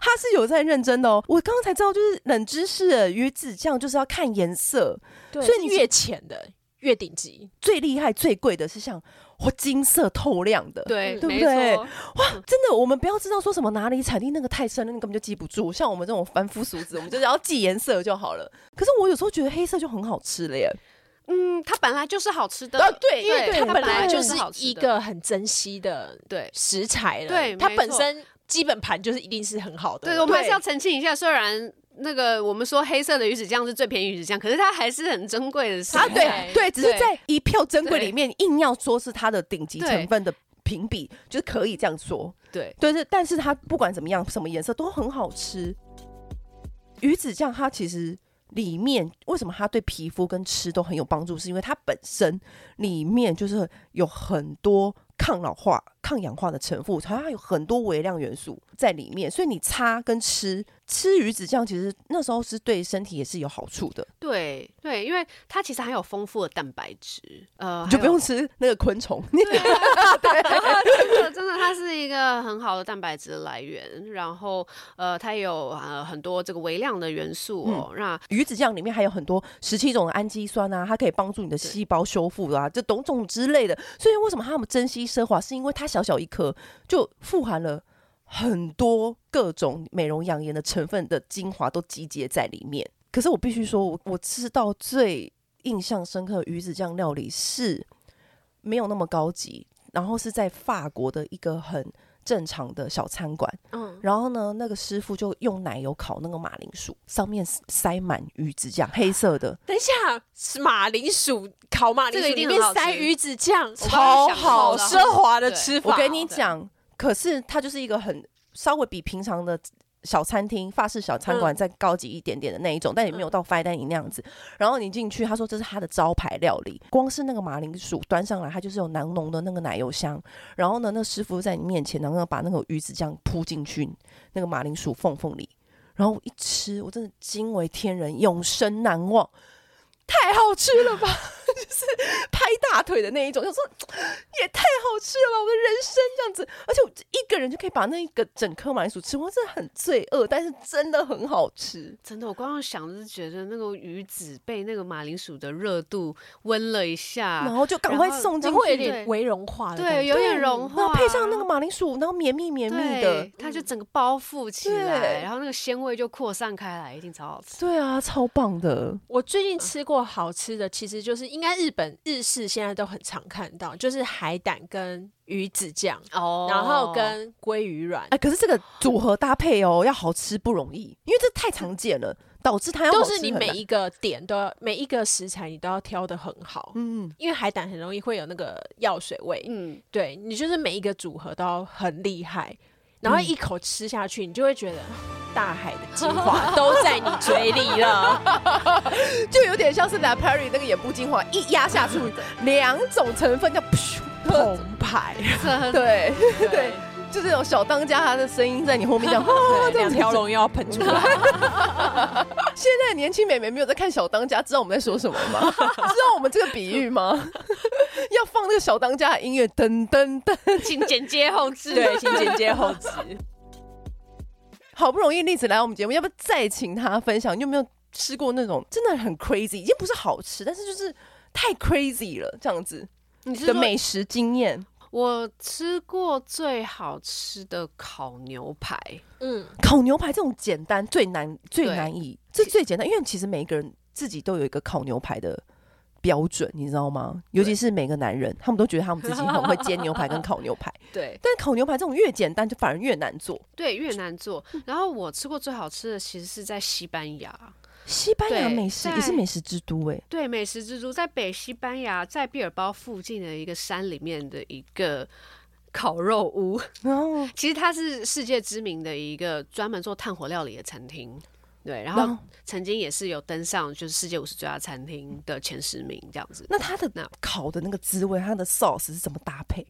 A: 他是有在认真的哦。我刚刚才知道，就是冷知识，鱼子酱就是要看颜色，
B: 对
A: 所
B: 所
A: 以
B: 以
A: 你
B: 越浅的越顶级。
A: 最厉害、最贵的是像哇金色透亮的，
C: 对，
A: 对
B: 嗯
A: 不
C: 没
A: 对
C: 错，
A: 真的，我们不要知道说什么哪里产地，那个太深了，你根本就记不住。像我们这种凡夫俗子，我们就是要记颜色就好了。可是我有时候觉得黑色就很好吃了耶。
C: 嗯，它本来就是好吃的，
A: 啊对
C: 因为
A: 对
C: 它
A: 对
B: 它本
A: 本
B: 来
A: 来
B: 就
A: 就是
B: 是
C: 好吃的
B: 一个很珍惜的
C: 对。
B: 食材了，
C: 对
B: 它
C: 没
B: 本
C: 错
B: 身基本盘就是一定是很好的。
C: 对，我们还
A: 对
C: 是要澄清一下，虽然那个我们说黑色的鱼子酱是最便宜的鱼子酱，可是它还是很珍贵的食
A: 啊，
C: 材。
A: 对对，只是在一票珍贵里面，硬要说是它的顶级
C: 对
A: 成分的评比，就是可以这样说。
C: 对，
A: 对对，但是它不管怎么样，什么颜色都很好吃。鱼子酱它其实里面为什么它对皮肤跟吃都很有帮助，是因为它本身里面就是有很多抗老化、抗氧化的成分，它有很多微量元素在里面，所以你擦跟吃吃鱼子酱，其实那时候是对身体也是有好处的，
C: 对对，因为它其实含有丰富的蛋白质，呃，
A: 你就
C: 还
A: 不
C: 有
A: 用吃那个昆虫。
C: 真的真的，它是一个很好的蛋白质的来源。然后呃，它也有呃很多这个微量的元素哦。
A: 嗯
C: 那
A: 鱼子酱里面还有很多十七种的氨基酸啊，它可以帮助你的细胞修复啊，这种种之类的。所以为什么他们珍惜奢华，是因为它小小一颗就富含了很多各种美容养颜的成分的精华都集结在里面。可是我必须说，我我吃到最印象深刻的鱼子酱料理是没有那么高级，然后是在法国的一个很正常的小餐馆。
B: 嗯，
A: 然后呢，那个师傅就用奶油烤那个马铃薯，上面塞满鱼子酱，黑色的，
B: 等一下，是马铃薯烤马
C: 这
B: 铃
C: 个
B: 薯
C: 一
B: 里
C: 定
B: 面
C: 很好
B: 塞
C: 吃
B: 鱼子酱，
C: 我刚刚
B: 超
C: 想
B: 好
C: 到了
B: 奢华的
C: 对
B: 吃法。
A: 我跟你
C: 对
A: 讲，可是它就是一个很稍微比平常的小餐厅、法式小餐馆再高级一点点的那一种，但也没有到 fine dining 那样子。然后你进去，他说这是他的招牌料理，光是那个马铃薯端上来，它就是有浓浓的那个奶油香。然后呢，那师傅在你面前，然后把那个鱼子酱铺进去那个马铃薯缝缝里。然后我一吃，我真的惊为天人，永生难忘， 太好吃了吧！就是拍大腿的那一种，就说也太好吃了吧！我的人生这样子，而且我一个人就可以把那一个整颗马铃薯吃完，真的很罪恶，但是真的很好吃。
C: 真的，我光想就是觉得那个鱼子被那个马铃薯的热度温了一
A: 啊然
C: 下，
A: 后就赶快送进
B: 然
A: 去，
B: 后有
C: 对
B: 点微融化的感
C: 对，
B: 觉，
C: 有点融
A: 然
C: 化，
A: 后配上那个马铃薯，然后绵密绵密的嗯
C: 对，，它就整个包覆起来，
A: 对
C: 然后那个鲜味就扩散开来，一定超好吃。
A: 对啊，超棒的。
B: 我最近吃过好吃的，其实就是应该日本日式现在都很常看到，就是海胆跟鱼子酱，
C: 哦
B: 然后跟鲑鱼卵。
A: 哎，可是这个组合搭配哦，要好吃不容易，因为这太常见了，导致它要
B: 都
A: 好吃
B: 是你
A: 很
B: 每
A: 难
B: 一个点都要，每一个食材你都要挑的很好，
A: 嗯，
B: 因为海胆很容易会有那个药水味，
C: 嗯，
B: 对你就是每一个组合都要很厉害，然后一口吃下去，你就会觉得啊大海的精华都在你嘴里了，
A: 就有点像是 La p a r i 那个眼部精华一压下去，两种成分叫 噗
B: 澎湃，
A: 对。
B: 对，
A: 就这种小当家，他的声音在你后面 讲，
B: 对
A: 这样
B: 两
A: 子
B: 条龙又要喷出来。
A: 现在的年轻美眉没有在看《小当家》，知道我们在说什么吗？ 知道我们这个比喻吗？ 要放那个《小当家》的音乐，噔噔噔，
C: 请剪接后 置。
B: 对，请剪接后置。
A: 好不容易栗子来我们节目，要不要再请她分享？你有没有吃过那种真的很 crazy，已经不是好吃，但是就是太 crazy 了这样子
C: 你是
A: 的
C: 说
A: 美食经验？
C: 我吃过最好吃的烤牛排，
B: 嗯，
A: 烤牛排这种简单最难最
C: 对
A: 难以，这最简单，因为其实每一个人自己都有一个烤牛排的。标准你知道吗？尤其是每个男人，他们都觉得他们自己很会煎牛排跟烤牛排，
C: 对
A: 但烤牛排这种越简单就反而越难做。
C: 对，越南做。
B: 嗯
C: 然后我吃过最好吃的其实是在西班牙，
A: 西班牙
C: 对
A: 美食
C: 在
A: 也是美食之都哎、
C: 对，美食之都在北西班牙，在毕尔包附近的一个山里面的一个烤肉屋。
A: 然后，
C: 其实它是世界知名的一个专门做炭火料理的餐厅。对，然
A: 然
C: 后
B: 嗯
A: 后，
C: 曾经也是有登上就是世界五十最佳餐厅的前十名这样子。
A: 那它的
C: 那
A: 烤的那个滋味，它的 sauce 是怎么搭配？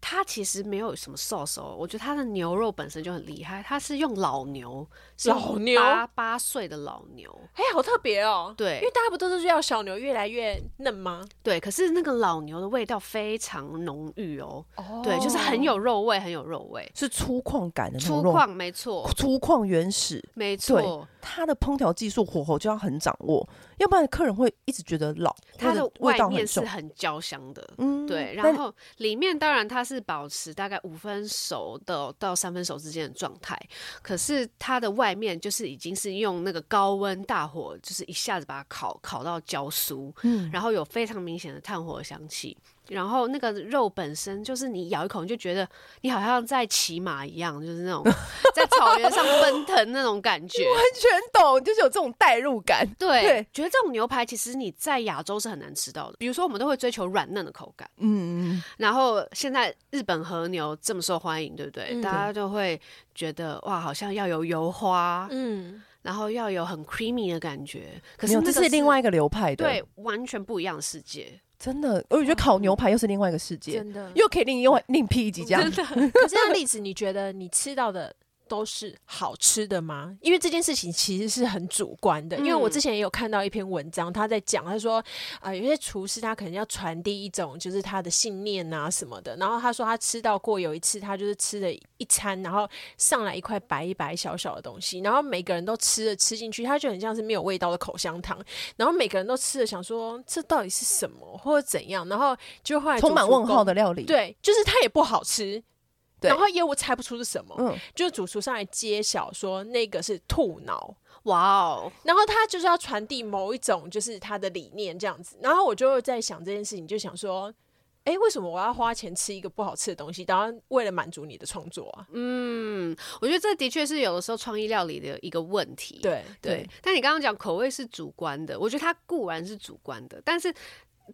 C: 它其实没有什么 sauce 哦，我觉得它的牛肉本身就很厉害，它是用老牛，是用
B: 老牛
C: 八八岁的老牛，
B: 哎、好特别哦。
C: 对
B: 因为大家不都是要小牛越来越嫩吗？
C: 对，可是那个老牛的味道非常浓郁哦，
B: 哦
C: 对，就是很有肉味，很有肉味，
A: 是粗犷感的那
C: 粗
A: 种肉，
C: 犷，没错，
A: 粗犷原始。
C: 没
A: 对
C: 错，，
A: 它的烹调技术火候就要很掌握，要不然客人会一直觉得老，
C: 它
A: 或
C: 的
A: 者味道
C: 面
A: 很
C: 是
A: 重。
C: 很焦香的。
A: 嗯
C: 对，
A: 但
C: 然后里面当然它是保持大概五分熟的到三分熟之间的状态，可是它的外面就是已经是用那个高温大火，就是一下子把它烤烤到焦酥，
A: 嗯
C: 然后有非常明显的炭火香气。然后那个肉本身就是你咬一口，你就觉得你好像在骑马一样，就是 那种在草原上奔腾那种感觉。
A: 完全懂，就是有这种代入感。
C: 对，
A: 对
C: 觉得这种牛排其实你在亚洲是很难吃到的。比如说，我们都会追求软嫩的口感，
A: 嗯，
C: 然后现在日本和牛这么受欢迎，对不对？
B: 嗯
C: 大家就会觉得哇，好像要有油花，
B: 嗯，
C: 然后要有很 creamy 的感觉。
A: 嗯
C: 可
A: 没
C: 是
A: 有，
C: 那
A: 这
C: 个
A: 是另外一个流派的，，
C: 对嗯完全不一样的世界。
A: 真的。我觉得烤牛排又是另外一个世界，
B: 真的。
A: 又可以另另外另辟一集这 样。
B: 可是那例子，你觉得你吃到的都是好吃的吗？因为这件事情其实是很主观的。因为我
C: 嗯
B: 之前也有看到一篇文章，他在讲，他说啊、呃有些厨师他可能要传递一种就是他的信念啊什么的。然后他说他吃到过有一次，他就是吃了一餐，然后上来一块白一白小小的东西，然后每个人都吃了吃进去，他就很像是没有味道的口香糖。然后每个人都吃了，想说这到底是什么或者怎样，然后就后来
A: 充满
B: 主厨
A: 问
B: 公
A: 号的料理，，
B: 对，就是它也不好吃。
A: 对
B: 然后也我猜不出是什么，
A: 嗯，
B: 就是主厨上来揭晓说那个是兔脑，
C: 哇哦，
B: 然后他就是要传递某一种就是他的理念这样子。然后我就在想这件事情，就想说，哎，为什么我要花钱吃一个不好吃的东西？当然为了满足你的创作啊，
C: 嗯，我觉得这的确是有的时候创意料理的一个问题。
B: 对
C: 对，，但你刚刚讲口味是主观的，我觉得它固然是主观的，但是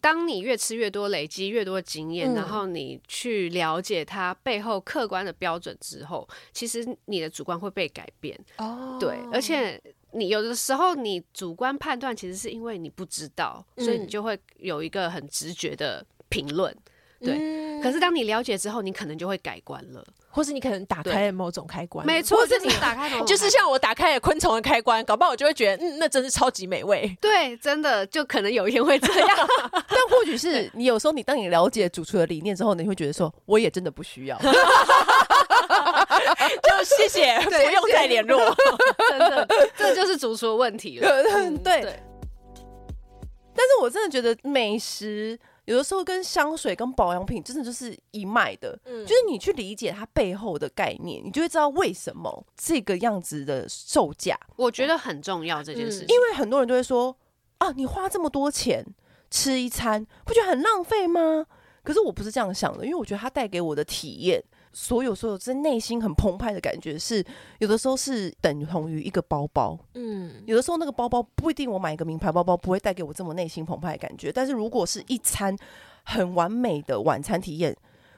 C: 当你越吃越多，累积越多经验，
B: 嗯
C: 然后你去了解它背后客观的标准之后，其实你的主观会被改变。
B: 哦
C: 对，而且你有的时候你主观判断，其实是因为你不知道，所以你
B: 嗯
C: 就会有一个很直觉的评论。对
B: 嗯
C: 可是当你了解之后，你可能就会改观了。
B: 或是你可能打
C: 对
B: 开了某种开关，
C: 没错，哦
B: 或
C: 就是是
B: 你
C: 你打开某种
B: 就是
C: 开
B: 像我打开了昆虫的开关，搞不好我就会觉得，嗯，那真是超级美 味。
C: 对，真的就可能有一天会这 样。
A: 但或许是你有时候你当你了解主厨的理念之后，你会觉得说，我也真的不需要。
B: 就谢谢，不
C: 对
B: 用再联络。
C: 真的，这就是主厨的问题了。
B: 嗯
A: 对
C: 对，
A: 但是我真的觉得美食有的时候跟香水跟保养品真的就是一脉的，
B: 嗯
A: 就是你去理解它背后的概念，你就会知道为什么这个样子的售价。
C: 我觉得很重要这
B: 嗯
C: 件事情，
A: 因为很多人都会说啊，你花这么多钱吃一餐，不觉得很浪费吗？可是我不是这样想的，因为我觉得它带给我的体验，所有所有在内心很澎湃的感觉是，有的时候是等同于一个包包，
B: 嗯
A: 有的时候那个包包不一定我买一个名牌包包不会带给我这么内心澎湃的感觉，但是如果是一餐很完美的晚餐体验，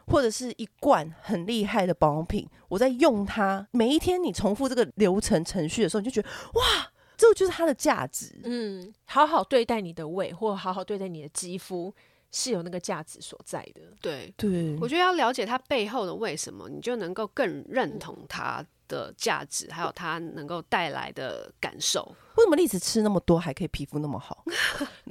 A: 或者是一罐很厉害的保养品，我在用它，每一天你重复这个流程程序的时候，你就觉得哇，这就是它的价值。
B: 嗯，好好对待你的胃，或好好对待你的肌肤，是有那个价值所在的。
C: 对，
A: 对，
C: 我觉得要了解它背后的为什么，你就能够更认同它的价值，还有它能够带来的感受。
A: 为什么栗子吃那么多还可以皮肤那么好？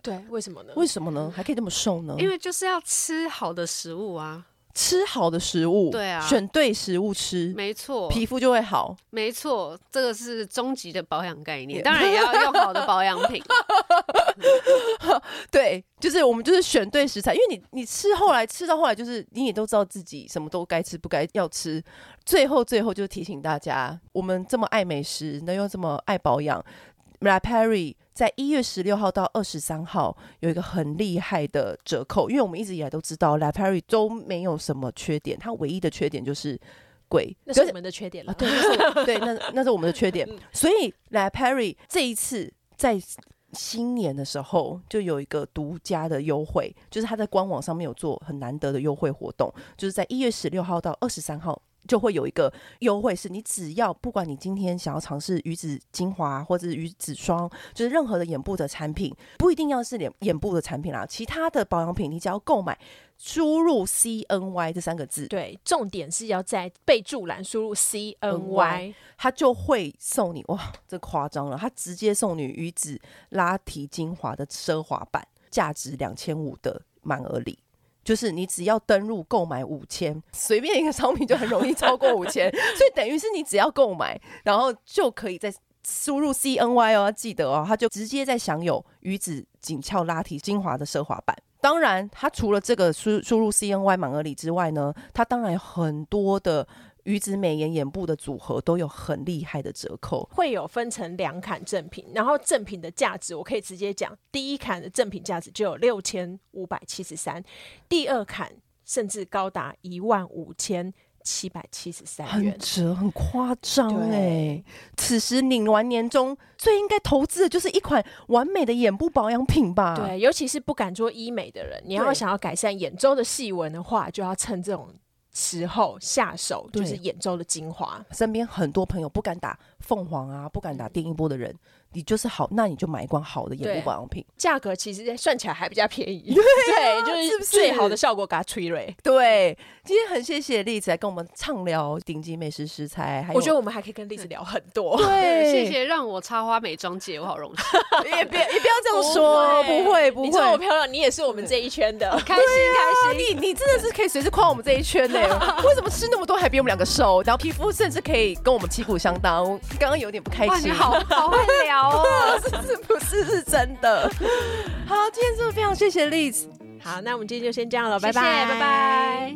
B: 对，为什么呢？
A: 为什么呢？还可以这么瘦呢？
C: 因为就是要吃好的食物啊，
A: 吃好的食物，
C: 对啊
A: 选对食物吃，
C: 没错，
A: 皮肤就会好。
C: 没错，这个是终极的保养概念，当然也要用好的保养品。
A: 对，就是我们就是选对食材，因为你你吃后来吃到后来，就是你也都知道自己什么都该吃不该要吃。最后最后就是提醒大家，我们这么爱美食，那又这么爱保养。La Perry 在一月十六号到二十三号有一个很厉害的折扣，因为我们一直以来都知道 La Perry 都没有什么缺点，它唯一的缺点就是贵。
B: 那是我们的缺点了。
A: 啊，对，那是我 对，那那是我们的缺点。所以来 Perry 这一次在新年的时候就有一个独家的优惠，就是他在官网上面有做很难得的优惠活动，就是在一月十六号到二十三号。就会有一个优惠，是你只要不管你今天想要尝试鱼子精华或者是鱼子霜，就是任何的眼部的产品，不一定要是脸眼部的产品啦，其他的保养品你只要购买，输入 C N Y 这三个字，
B: 对，重点是要在备注栏输入 C N
A: NY
B: Y。
A: 他就会送你哇，这夸张了，他直接送你鱼子拉提精华的奢华版，价值两千五的满额礼。就是你只要登录购买五千，随便一个商品就很容易超过五千，所以等于是你只要购买，然后就可以在输入 C N Y 哦，记得哦，他就直接在享有鱼子紧俏拉提精华的奢华版。当然，它除了这个输输入 C N Y 满额礼之外呢，它当然有很多的鱼子美颜眼部的组合都有很厉害的折扣。
B: 会有分成两砍赠品，然后赠品的价值我可以直接讲，第一砍的赠品价值就有六千五百七十三，第二砍甚至高达一万五千七百七十三元
A: 很。折，很夸张
B: 对
A: 哎！此时领完年终，最应该投资的就是一款完美的眼部保养品吧？，
B: 对，尤其是不敢做医美的人，你要
A: 嗯对
B: 想要改善眼周的细纹的话，就要趁这种时候下手，
A: 对
B: 就是眼周的精华。
A: 身边很多朋友不敢打凤凰啊，不敢打电音波的人，你就是好，那你就买一罐好的眼
B: 对
A: 部保养品。
B: 价格其实算起来还比较便 宜，对,、
A: 是
B: 就
A: 不
B: 是
A: 是
B: 最好的效果给它催蕊。
A: 对，今天很谢谢栗子来跟我们畅聊顶级美食食材，还有
B: 我觉得我们还可以跟栗子聊很多。
A: 对，
C: 谢，谢让我插花美妆界，我好荣幸，
A: 也别也不要这样说，哦不会不
B: 你
A: 会，
B: 这么漂亮，你也是我们这一圈的。
C: 开心开心。
A: 啊你你真的是可以随时夸我们这一圈呢、 为什么吃那么多还比我们两个瘦？然后皮肤甚至可以跟我们旗鼓相当。刚刚有点不开
C: 哇，你
A: 心，
C: 好好会聊哦。
A: 是是不是是真的？好，今天真的非常谢谢 Liz。
B: 好，那我们今天就先这样了，
C: 谢谢
B: 拜拜，
C: 拜拜。